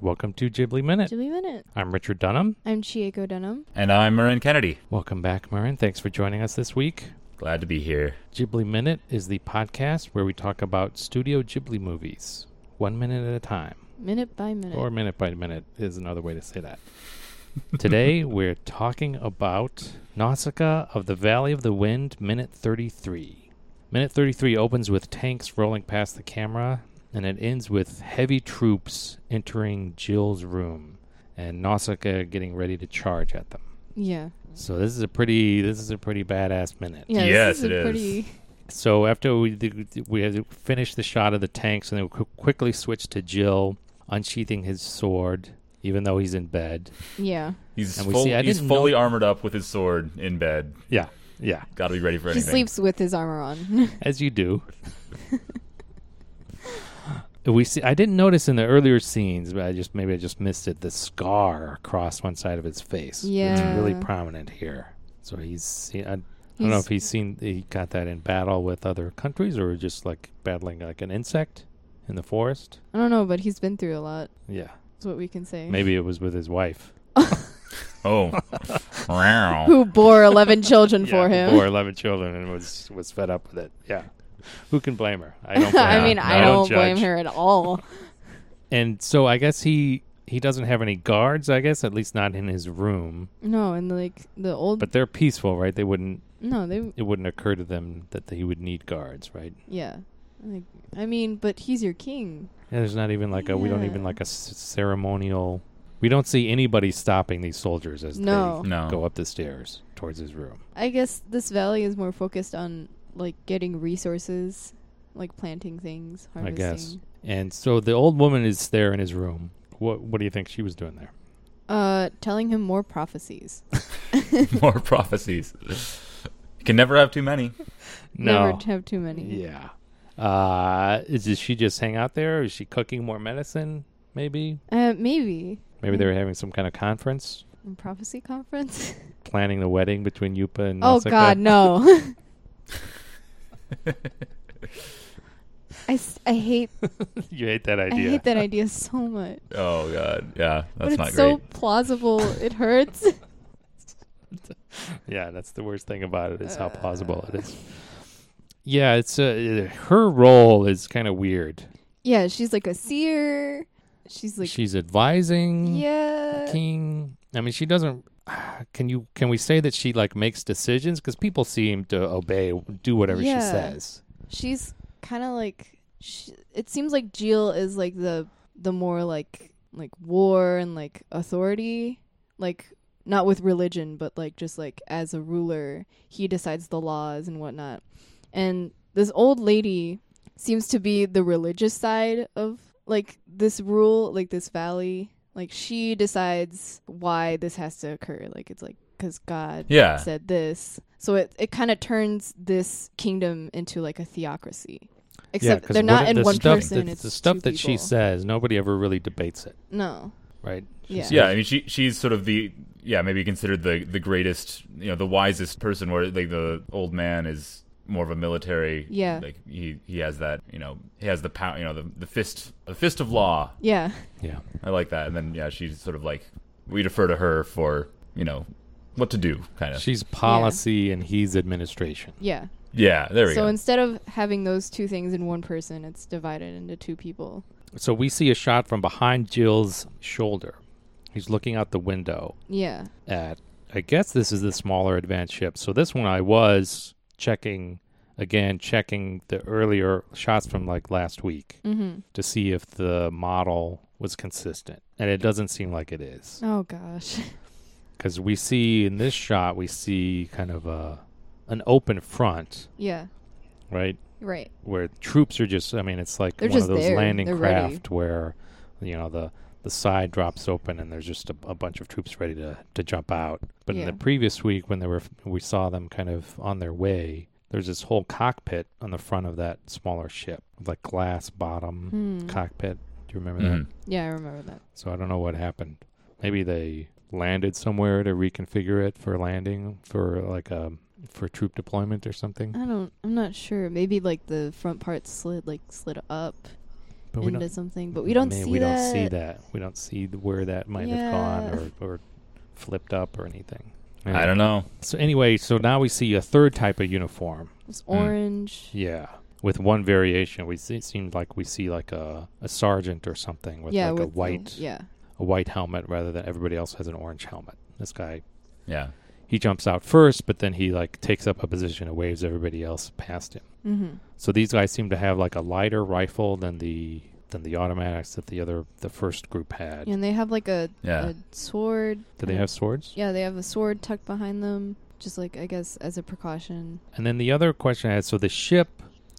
Welcome to Ghibli Minute. Ghibli Minute. I'm Richard Dunham. I'm Chieko Dunham. And I'm Marin Kennedy. Welcome back, Marin. Thanks for joining us this week. Glad to be here. Ghibli Minute is the podcast where we talk about Studio Ghibli movies, one minute at a time, Minute by minute. or minute by minute is another way to say that. Today, we're talking about Nausicaa of the Valley of the Wind, minute 33. Minute 33 opens with tanks rolling past the camera, and it ends with heavy troops entering Jill's room and Nausicaa getting ready to charge at them. yeah. So this is a pretty this is a pretty badass minute. Yeah. Yes, this is it a is. pretty. So after we we had finished the shot of the tanks, and then we qu- quickly switched to Jill unsheathing his sword, even though he's in bed. Yeah. He's And we full, see- I he's didn't fully know- armored up with his sword in bed. Yeah, yeah, Got to be ready for He anything. sleeps with his armor on. as you do. we see. I didn't notice in the earlier scenes, but I just maybe I just missed it. The scar across one side of his face. Yeah. it's really prominent here. So he's. He, uh, I, I don't know He's- if he's seen he got that in battle with other countries or just like battling like an insect in the forest. I don't know, but he's been through a lot. Yeah. That's what we can say. Maybe it was with his wife. Oh. Wow. Who bore eleven children Yeah, for him? Or eleven children, and was was fed up with it. Yeah, who can blame her? I don't. Blame I her. mean, Yeah, I no. don't judge. blame her at all. And so I guess he he doesn't have any guards. I guess at least not in his room. No, and like the old. But they're peaceful, right? They wouldn't. no, they. It wouldn't occur to them that he would need guards, right? Yeah. Like, I mean, but he's your king. And there's not even like a. We don't even Yeah. like a s- ceremonial. We don't see anybody stopping these soldiers as No. they No. go up the stairs towards his room. I guess this valley is more focused on like getting resources, like planting things, I harvesting. guess. And so the old woman is there in his room. What What do you think she was doing there? Uh, telling him more prophecies. More prophecies. Can never have too many. Never t- have too many. Yeah. Uh, is does she just hang out there? Is she cooking more medicine? Maybe. Uh, maybe Maybe they were having some kind of conference, in prophecy conference. planning the wedding between Yupa and. oh Nausicaa. God, no! I, s- I hate you hate that I idea. hate that idea so much. Oh, God. Yeah, but that's it's not so great. plausible. It hurts. Yeah, that's the worst thing about it is how plausible it is. Yeah, it's uh, her role is kind of weird. yeah, she's like a seer. She's like She's advising. yeah. king. I mean, she doesn't. Can you? Can we say that she like makes decisions? Because people seem to obey, do whatever Yeah. she says. She's kind of like she, it seems like Jill is like the the more like like war and like authority, like not with religion, but like just like as a ruler, he decides the laws and whatnot. And this old lady seems to be the religious side of like this rule, like this valley. Like she decides why this has to occur. Like it's like because God Yeah. said this. So it, it kind of turns this kingdom into like a theocracy. Except 'cause they're what not if in the one stuff, person. The, it's the stuff two that she people. says, nobody ever really debates it, No. right? Yeah. Yeah, I mean, she she's sort of the yeah maybe considered the the greatest you know the wisest person. Where like the old man is more of a military. Yeah. like he he has that you know he has the power you know the the fist the fist of law. Yeah. Yeah, I like that. And then yeah, she's sort of like we defer to her for you know what to do kind of. she's policy and he's administration. Yeah. yeah, there we So go. instead of having those two things in one person, it's divided into two people. So we see a shot from behind Jill's shoulder. He's looking out the window Yeah. at. I guess this is the smaller advanced ship. So this one I was checking again, checking the earlier shots from like last week. Mm-hmm. to see if the model was consistent. And it doesn't seem like it is. Oh gosh. Because we see in this shot, we see kind of a, an open front, yeah. right? Right. Where troops are just, I mean, it's like They're one of just those there. landing They're ready. craft where, you know, the, the side drops open and there's just a, a bunch of troops ready to, to jump out. But in Yeah. the previous week, when they were, we saw them kind of on their way, there's this whole cockpit on the front of that smaller ship, with like glass bottom Hmm. cockpit. Do you remember that? Mhm. Yeah, I remember that. So I don't know what happened. Maybe they landed somewhere to reconfigure it for landing for like a for troop deployment or something. I don't. I'm not sure. Maybe like the front part slid, like slid up. But we into don't. Mm, something, but we don't man, see we that. don't see that. We don't see th- where that might have gone or, or flipped up or anything. I don't know. So anyway, so now we see a third type of uniform. It's Mm. orange. Yeah. With one variation, we see, it seemed like we see like a, a sergeant or something with yeah, like with a the- white yeah, a white helmet rather than everybody else has an orange helmet. This guy Yeah. he jumps out first, but then he like takes up a position and waves everybody else past him. mm-hmm. So these guys seem to have like a lighter rifle than the than the automatics that the other the first group had. and they have like a, Yeah. a sword. Do they kind have of- swords? Yeah, they have a sword tucked behind them, just like I guess as a precaution. And then the other question I had: so the ship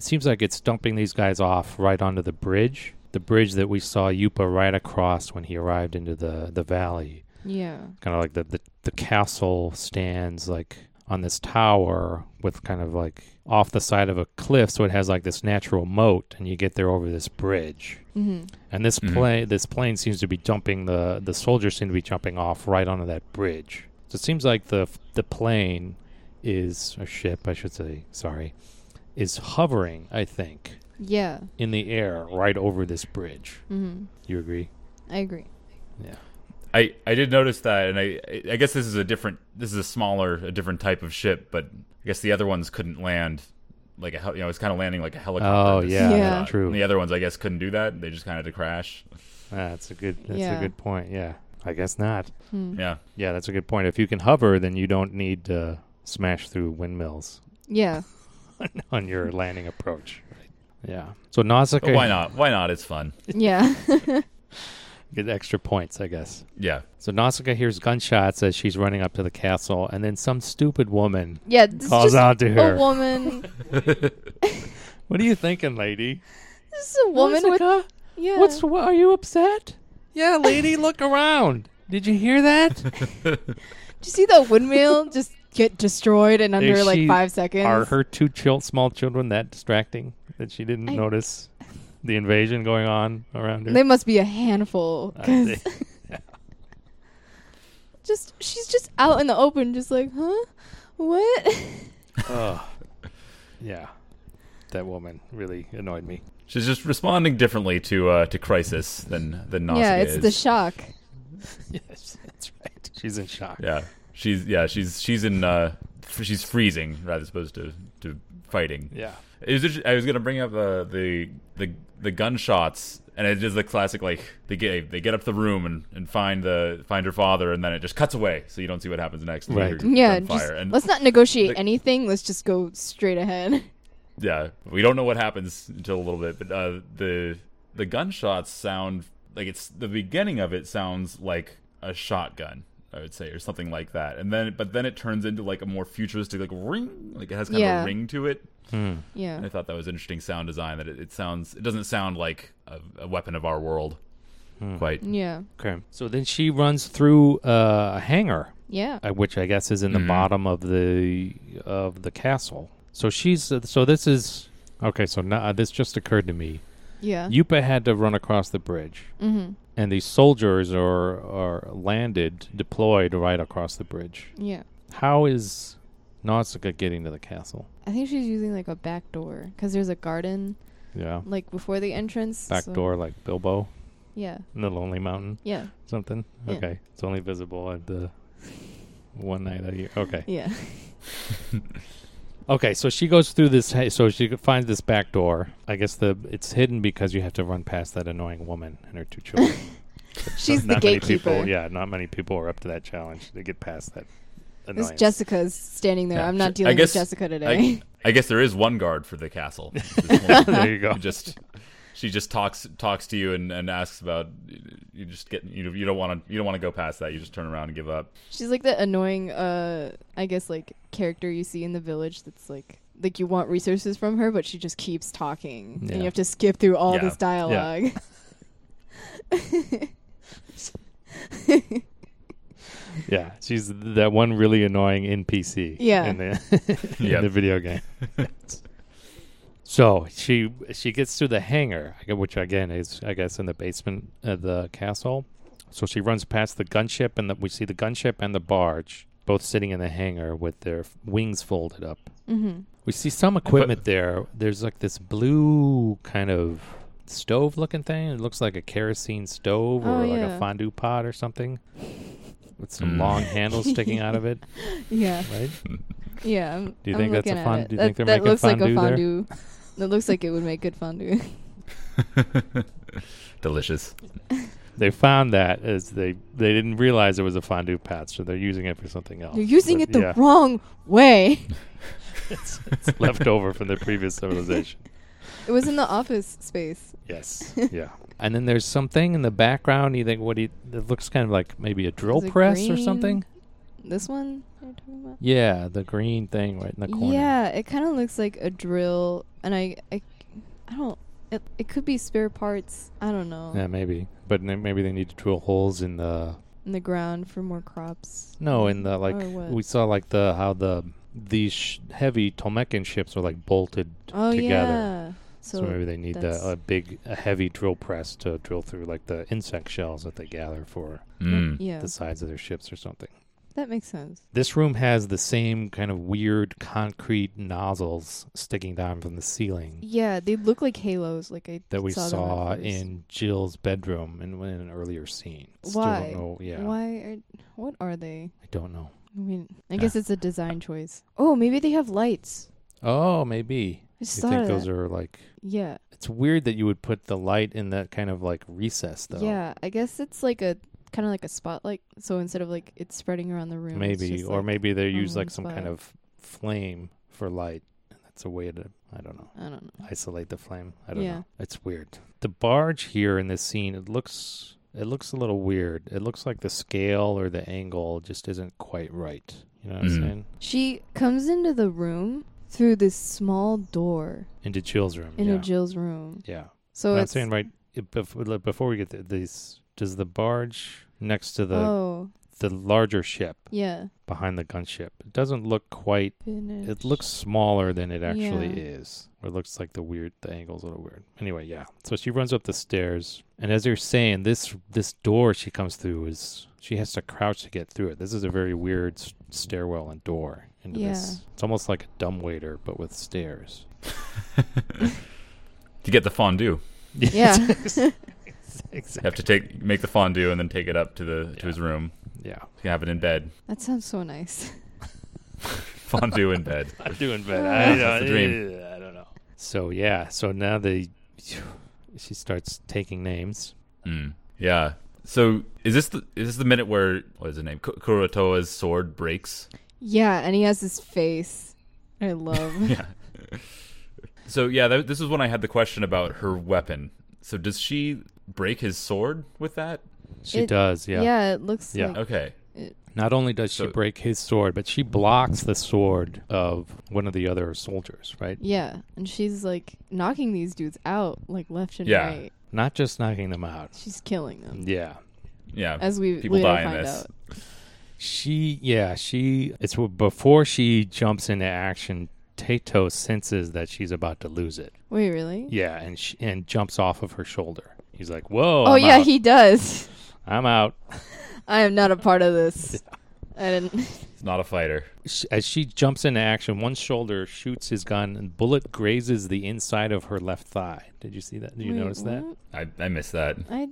seems like it's dumping these guys off right onto the bridge, the bridge that we saw Yupa right across when he arrived into the the valley. Yeah, Kind of like the the, the castle stands like on this tower with kind of like off the side of a cliff, so it has like this natural moat, and you get there over this bridge. mm-hmm. And this Mhm. plane, this plane seems to be dumping the the soldiers seem to be jumping off right onto that bridge. So it seems like the the plane is a ship, I should say. Sorry, is hovering. I think yeah, in the air right over this bridge. mm-hmm. You agree? I agree. Yeah. I, I did notice that, and I I guess this is a different this is a smaller a different type of ship, but I guess the other ones couldn't land like a hel- you know it's kind of landing like a helicopter. Oh This- yeah, Yeah. true. And the other ones I guess couldn't do that. They just kind of had to crash. That's a good. That's Yeah. a good point. Yeah, I guess not. Hmm. Yeah, Yeah, that's a good point. If you can hover, then you don't need to smash through windmills Yeah, on your landing approach. Right? Yeah. So Nausicaa, but why not? Why not? It's fun. yeah, Get extra points, I guess. Yeah, So Nausicaa hears gunshots as she's running up to the castle, and then some stupid woman yeah. This is calls just out to a her. woman. what are you thinking, lady? This is a woman with Nausicaa, yeah. what's wha- are you upset? Yeah, lady, look around. Did you hear that? Did you see that windmill just get destroyed in under Is like she- five seconds? are her two chil- small children that distracting that she didn't I- notice the invasion going on around her? They must be a handful. I 'cause think- just she's just out in the open, just like, huh, what? Ugh. yeah, that woman really annoyed me. she's just responding differently to uh, to crisis than than Nausicaa yeah, it's is. the shock. yes, that's right. She's in shock. yeah, she's yeah she's she's in uh, f- she's freezing rather as opposed to to fighting. yeah. It was just- I was gonna bring up uh, the the the gunshots, and it's just the classic like they get they get up to the room and, and find the find her father, and then it just cuts away, so you don't see what happens next. You Right. hear Yeah, gunfire, just, and let's not negotiate like- anything. Let's just go straight ahead. yeah, we don't know what happens until a little bit, but uh, the the gunshots sound like it's the beginning of it sounds like a shotgun. I would say, or something like that, and then, but then it turns into like a more futuristic, like ring, like it has kind of Yeah. a ring to it. And Yeah, I thought that was interesting sound design. That it, it sounds, it doesn't sound like a, a weapon of our world, quite. yeah, Okay. So then she runs through uh, a hangar, yeah. uh, which I guess is in the Mhm. bottom of the of the castle. So she's uh, so this is okay. So now uh, this just occurred to me. Yeah. Yupa had to run across the bridge, mm-hmm. and these soldiers are are landed, deployed right across the bridge. Yeah. How is Nausicaa getting to the castle? I think she's using like a back door because there's a garden Yeah, like before the entrance. back so- door like Bilbo Yeah. in the Lonely Mountain, Yeah. something. Yeah. Okay, it's only visible at the one night a year. Okay. Yeah. Mm. Okay, so she goes through this. ha- So she finds this back door. I guess the it's hidden because you have to run past that annoying woman and her two children. She's the not many gatekeeper. people. Yeah, not many people are up to that challenge. They get past that. This Annoyance. Jessica's standing there. Yeah, I'm sure. not I dealing guess- with Jessica today. I, I guess there is one guard for the castle. There's one- there you go. who just she just talks talks to you and, and asks about you just get you you don't want to you don't want to go past that. You just turn around and give up. She's like the annoying, uh, I guess, like character you see in the village. That's like, like you want resources from her, but she just keeps talking, and Yeah. you have to skip through all Yeah. this dialogue. yeah, she's that one really annoying NPC. Yeah. in the, in Yep. the video game. so she she gets through the hangar, I gu- which again is I guess in the basement of the castle. So she runs past the gunship, and the, we see the gunship and the barge both sitting in the hangar with their f- wings folded up. mm-hmm. We see some equipment there. There's like this blue kind of stove looking thing. It looks like a kerosene stove Oh, or like a yeah. fondue pot or something with some Mm. long handles sticking out of it, Yeah, right? yeah. I'm, Do you I'm think that's a looking at fond- it. do you that, think they're that making looks like a fondue there? fondue. that looks like it would make good fondue. Delicious. They found that as they they didn't realize it was a fondue pot, so they're using it for something else. You're using But it the yeah, wrong way. it's, it's left over from the previous civilization. It was in the office space. Yes. Yeah. And then there's something in the background. You think what do you? It looks kind of like maybe a drill Is it press or green? something. This one you're talking about? Yeah, the green thing right in the corner. Yeah, it kind of looks like a drill, and I, I, I don't. It, it could be spare parts. I don't know. Yeah, maybe. But n- maybe they need to drill holes in the In the ground for more crops. no, in the like Or Oh, what? we saw like the how the these sh- heavy Tolmecan ships were like bolted Oh together. yeah. So, So, maybe they need the, that's- a big, a heavy drill press to drill through like the insect shells that they gather for Mm. yeah, the sides of their ships or something. that makes sense. This room has the same kind of weird concrete nozzles sticking down from the ceiling Yeah, they look like halos. Like I that we saw, saw, them at first. in Jill's bedroom in, in an earlier scene. Still Why? don't know. Yeah, Why? Are, what are they? I don't know. I mean, I guess it's a design choice. Oh, maybe they have lights. Oh, maybe. I just you thought think of those that. are like yeah, it's weird that you would put the light in that kind of like recess though yeah. I guess it's like a kind of like a spotlight. So instead of like it's spreading around the room, it's maybe just, or like- mm, maybe they on use one like some kind spot. of flame for light and that's a way to i don't know I don't know. isolate the flame i don't Yeah. know it's weird the barge here in this scene it looks it looks a little weird it looks like the scale or the angle just isn't quite right you know what i'm Mm. saying She comes into the room through this small door into jill's room into yeah Jill's room. yeah So i'm it's saying right it, bef- before we get to these does the barge next to the oh the larger ship yeah. behind the gunship. It doesn't look quite. It Finish. looks smaller than it actually Yeah. is. Or it looks like the weird. The angle's a little weird. Anyway, yeah. So she runs up the stairs, and as you're saying, this this door she comes through is she has to crouch to get through it. This is a very weird s- stairwell and door into this. It's almost like a dumbwaiter, but with stairs. To get the fondue, Yeah. you exactly. have to take make the fondue and then take it up to the Yeah. to his room. Yeah. You can have it in bed. That sounds so nice. Fondue in bed. I'm doing bad. Yeah, I that's don't, the dream. I don't know. So yeah. So now they, she starts taking names. Mm. Yeah. So is this the is this the minute where what is the name Ku- Kuratoa's sword breaks? Yeah, and he has his face. I love. Yeah. so yeah, th- this is when I had the question about her weapon. So does she break his sword with that? She It- does. Yeah. yeah, it looks Yeah. like Okay. Not only does she So- break his sword, but she blocks the sword of one of the other soldiers. Right. Yeah, and she's like knocking these dudes out like left and Yeah. right. Not just knocking them out. She's killing them. Yeah. Yeah. As we People later die in find this. out. She. Yeah. She. It's w- before she jumps into action. Tato senses that she's about to lose it. Wait, really? Yeah, and she, and jumps off of her shoulder. He's like, "Whoa!" oh I'm yeah, out. he does. I'm out. I am not a part of this. I didn't It's not a fighter. sh- as she jumps into action, one shoulder shoots his gun and bullet grazes the inside of her left thigh. Did you see that? Did you Wait, notice that? what? I I missed that. I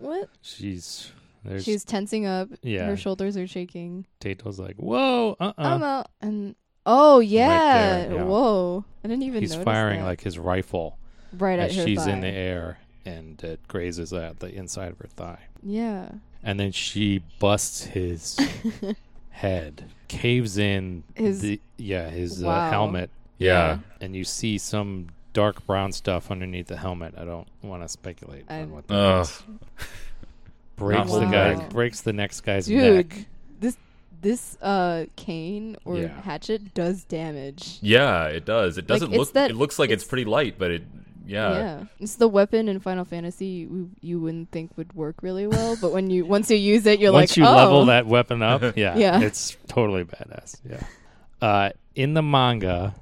what? She's there's She's tensing up. yeah. Her shoulders are shaking. Tato's like, whoa, uh, uh I'm out. And oh yeah, there, yeah. whoa! I didn't even. He's notice firing that. like his rifle right at as her she's thigh. in the air, and it grazes at the inside of her thigh, Yeah. and then she busts his head, caves in His- the yeah his uh, Wow. helmet, Yeah. and you see some dark brown stuff underneath the helmet. I don't want to speculate I- on what that Ugh. is. breaks Not the guy, Wow. breaks the next guy's Dude, neck. this this uh cane or Yeah. hatchet does damage. Yeah, it does. It doesn't it's look. that- it looks like it's, it's- pretty light, but it. Yeah. yeah, it's the weapon in Final Fantasy you, you wouldn't think would work really well, but when you once you use it, you're Once like, you oh, level that weapon up, yeah, Yeah. it's totally badass. Yeah. Uh, in the manga,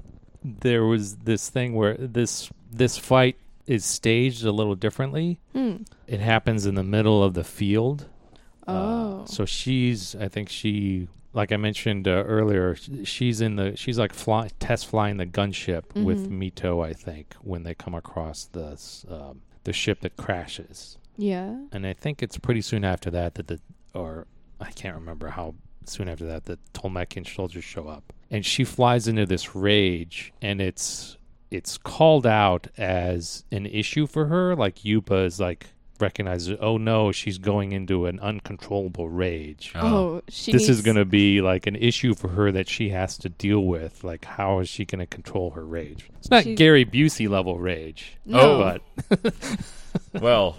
there was this thing where this this fight is staged a little differently. Hmm. It happens in the middle of the field. Oh, Uh, so she's, I think she, like I mentioned uh, earlier, sh- she's in the, she's like fly, Mm-hmm. test flying the gunship with Mito, I think, when they come across this, um, the ship that crashes. Yeah. And I think it's pretty soon after that that the, or I can't remember how soon after that, the Tolmekian soldiers show up. And she flies into this rage, and it's it's called out as an issue for her. Like Yupa is like recognizes, oh no, she's going into an uncontrollable rage. Oh, she. this is needs- going to be like an issue for her that she has to deal with. Like, how is she going to control her rage? It's not She- Gary Busey level rage. No. but well,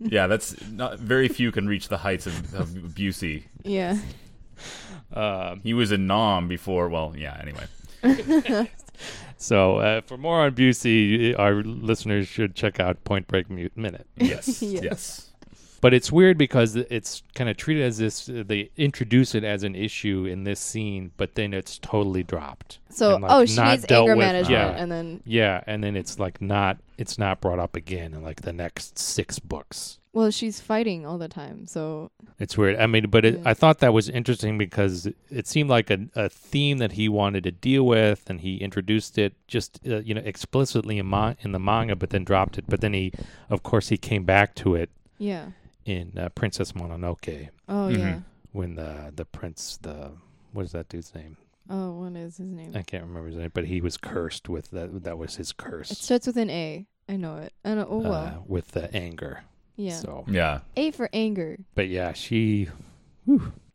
yeah, that's not very few can reach the heights of, of Busey. Yeah. um, He was a nom before. Well, yeah. Anyway, So, uh, for more on Busey, our listeners should check out Point Break Mu- Minute. yes, Yes. yes, But it's weird because it's kind of treated as this, uh, they introduce it as an issue in this scene, but then it's totally dropped. So, And, like, oh, she not needs dealt anger with- uh, management, Yeah. and then, yeah, and then it's like not it's not brought up again in like the next six books. well, she's fighting all the time. So, It's weird. I mean, but it, Yeah. I thought that was interesting because it seemed like a, a theme that he wanted to deal with, and he introduced it just uh, you know explicitly in, ma- in the manga, but then dropped it. But then he, of course, he came back to it yeah. in uh, Princess Mononoke Oh, Mhm. yeah. when the the prince the what is that dude's name? Oh, what is his name? I can't remember his name, but he was cursed with that. That was his It curse starts with an A. I know it. I know. Oh, well. uh, with the anger. yeah. So, yeah. A for anger. but yeah, she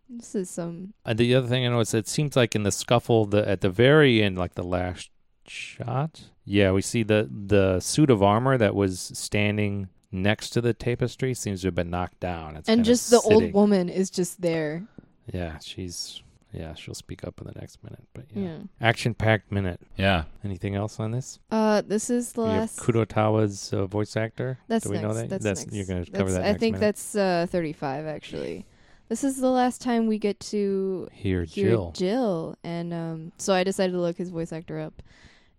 This is some. And Uh, the other thing I noticed, it seems like in the scuffle, the at the very end, like the last shot, yeah, we see the the suit of armor that was standing next to the tapestry seems to have been knocked down. It's And kinda just the old sitting. woman is just there. Yeah, she's yeah, she'll speak up in the next minute. But yeah, Yeah. action packed minute. Yeah. Anything else on this? Uh, this is the Do you have last. Kurotawa's uh, voice actor. That's Do we next. know that? That's, next. you're going to cover That's- that. I next think minute. that's uh, 35 actually. This is the last time we get to here, hear Jill. Jill, and um, so I decided to look his voice actor up,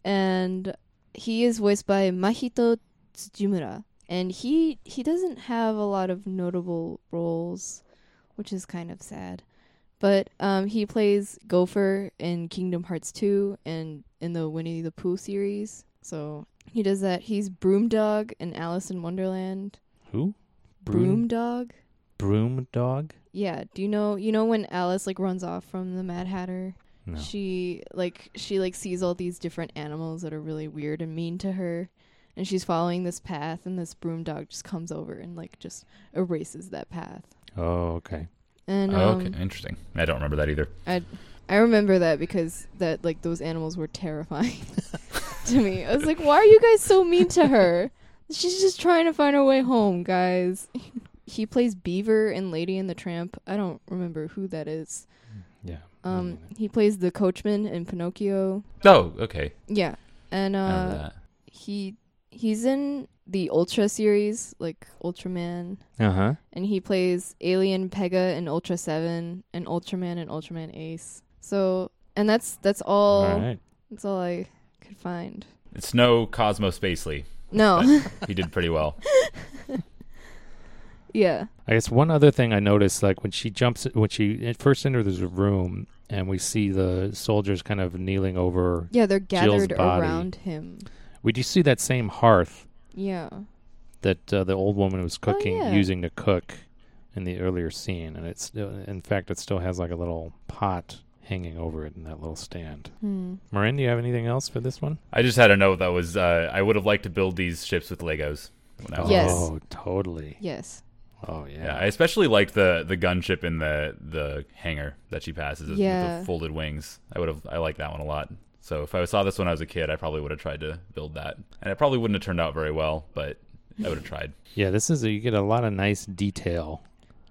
and he is voiced by Mahito Tsujimura, and he he doesn't have a lot of notable roles, which is kind of sad. But um, he plays Gopher in Kingdom Hearts 2 and in the Winnie the Pooh series. So he does that. He's Broom Dog in Alice in Wonderland. Who? Broom Dog? Broom dog. Yeah. Do you know you know when Alice like runs off from the Mad Hatter? No. She like she like sees all these different animals that are really weird and mean to her. And she's following this path and this broom dog just comes over and like just erases that path. Oh, okay. And um, Oh, okay, interesting. I don't remember that either. I remember that because that like those animals were terrifying to me. I was like, why are you guys so mean to her? She's just trying to find her way home, guys. He plays Beaver in Lady and the Tramp. I don't remember who that is. Yeah. I Um, mean, he plays the coachman in Pinocchio. Oh, okay. Yeah, and I remember uh, that. he he's in the Ultra series, like Ultraman, Uh-huh. and he plays Alien Pega in Ultra Seven, and Ultraman and Ultraman Ace. So, and that's that's all. All right. That's all I could find. It's no Cosmo Spacely. No. He did pretty well. yeah. I guess one other thing I noticed, like when she jumps, when she at first enters the room, and we see the soldiers kind of kneeling over. Yeah, they're Jill's gathered body. around him. We do see that same hearth Yeah. that uh, the old woman was cooking, Oh, yeah. using to cook in the earlier scene, and it's uh, in fact it still has like a little pot hanging over it in that little stand. Hmm. Marin, do you have anything else for this one? I just had a note that was uh, I would have liked to build these ships with Legos. When I was Yes. Oh, totally. Yes. Oh, yeah. Yeah, I especially liked the the gunship in the the hangar that she passes with Yeah. the folded wings. I would have I like that one a lot. So if I saw this when I was a kid, I probably would have tried to build that, and it probably wouldn't have turned out very well, but I would have tried. yeah, this is a, you get a lot of nice detail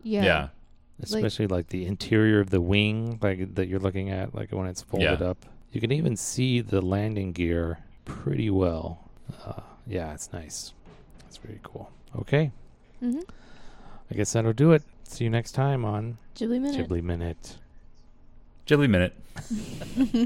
Yeah. Yeah. especially like, the interior of the wing like that you're looking at like when it's folded Yeah. up you can even see the landing gear pretty well uh, yeah it's nice it's very cool okay Mm-hmm. i guess that'll do it see you next time on Ghibli minute. ghibli minute Ghibli minute.